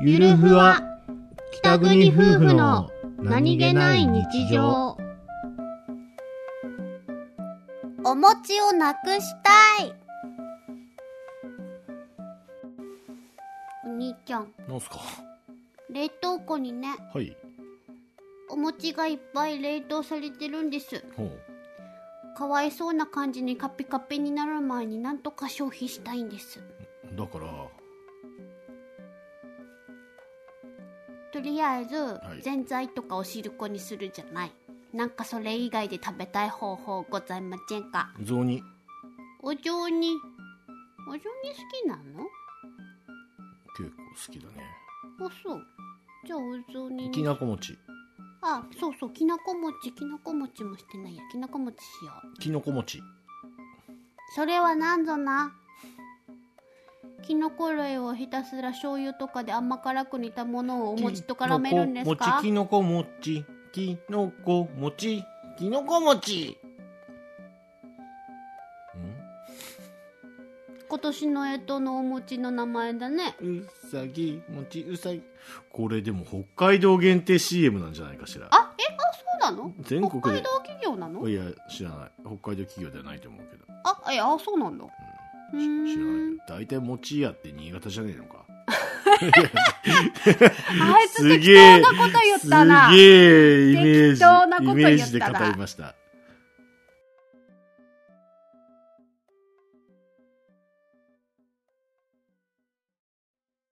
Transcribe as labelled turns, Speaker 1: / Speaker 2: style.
Speaker 1: ゆるふわ北国夫婦の
Speaker 2: お餅をなくしたいお兄ちゃん
Speaker 1: なんすか
Speaker 2: 冷凍庫にね
Speaker 1: はい
Speaker 2: お餅がいっぱい冷凍されてるんです
Speaker 1: ほう
Speaker 2: かわいそうな感じにカピカピになる前になんとか消費したいんです
Speaker 1: だから
Speaker 2: とりあえず、
Speaker 1: い
Speaker 2: ぜんざいとかお汁粉にするじゃないなんかそれ以外で食べたい方法ございませんか
Speaker 1: 雑煮
Speaker 2: お雑煮お雑煮好きなの
Speaker 1: 結構好きだね
Speaker 2: あそうじゃあお雑煮
Speaker 1: き
Speaker 2: に
Speaker 1: なこ餅
Speaker 2: あそうそうきなこ餅きなこ餅もしてないやきなこ餅しよう
Speaker 1: きのこ餅
Speaker 2: それはなんぞなきのこ類をひたすら醤油とかで甘辛く煮たものをお餅と絡めるんですか
Speaker 1: きのこ餅きのこ餅きのこ餅
Speaker 2: 今年の干支のお餅の名前だね
Speaker 1: きのこ餅うさぎ餅うさぎこれでも北海道限定 CM なんじゃないかしら
Speaker 2: あえあそうなの
Speaker 1: 全国
Speaker 2: 北
Speaker 1: で
Speaker 2: 海道企業なの
Speaker 1: いや知らない北海道企業ではないと思うけど
Speaker 2: あえあそうなんだうーん
Speaker 1: 知らないけど大体餅屋って新潟じゃねえのか
Speaker 2: あいつ適当なこと言ったな
Speaker 1: すげえイメージ
Speaker 2: 適当なこ
Speaker 1: イ
Speaker 2: と言ったな
Speaker 1: メージで語りました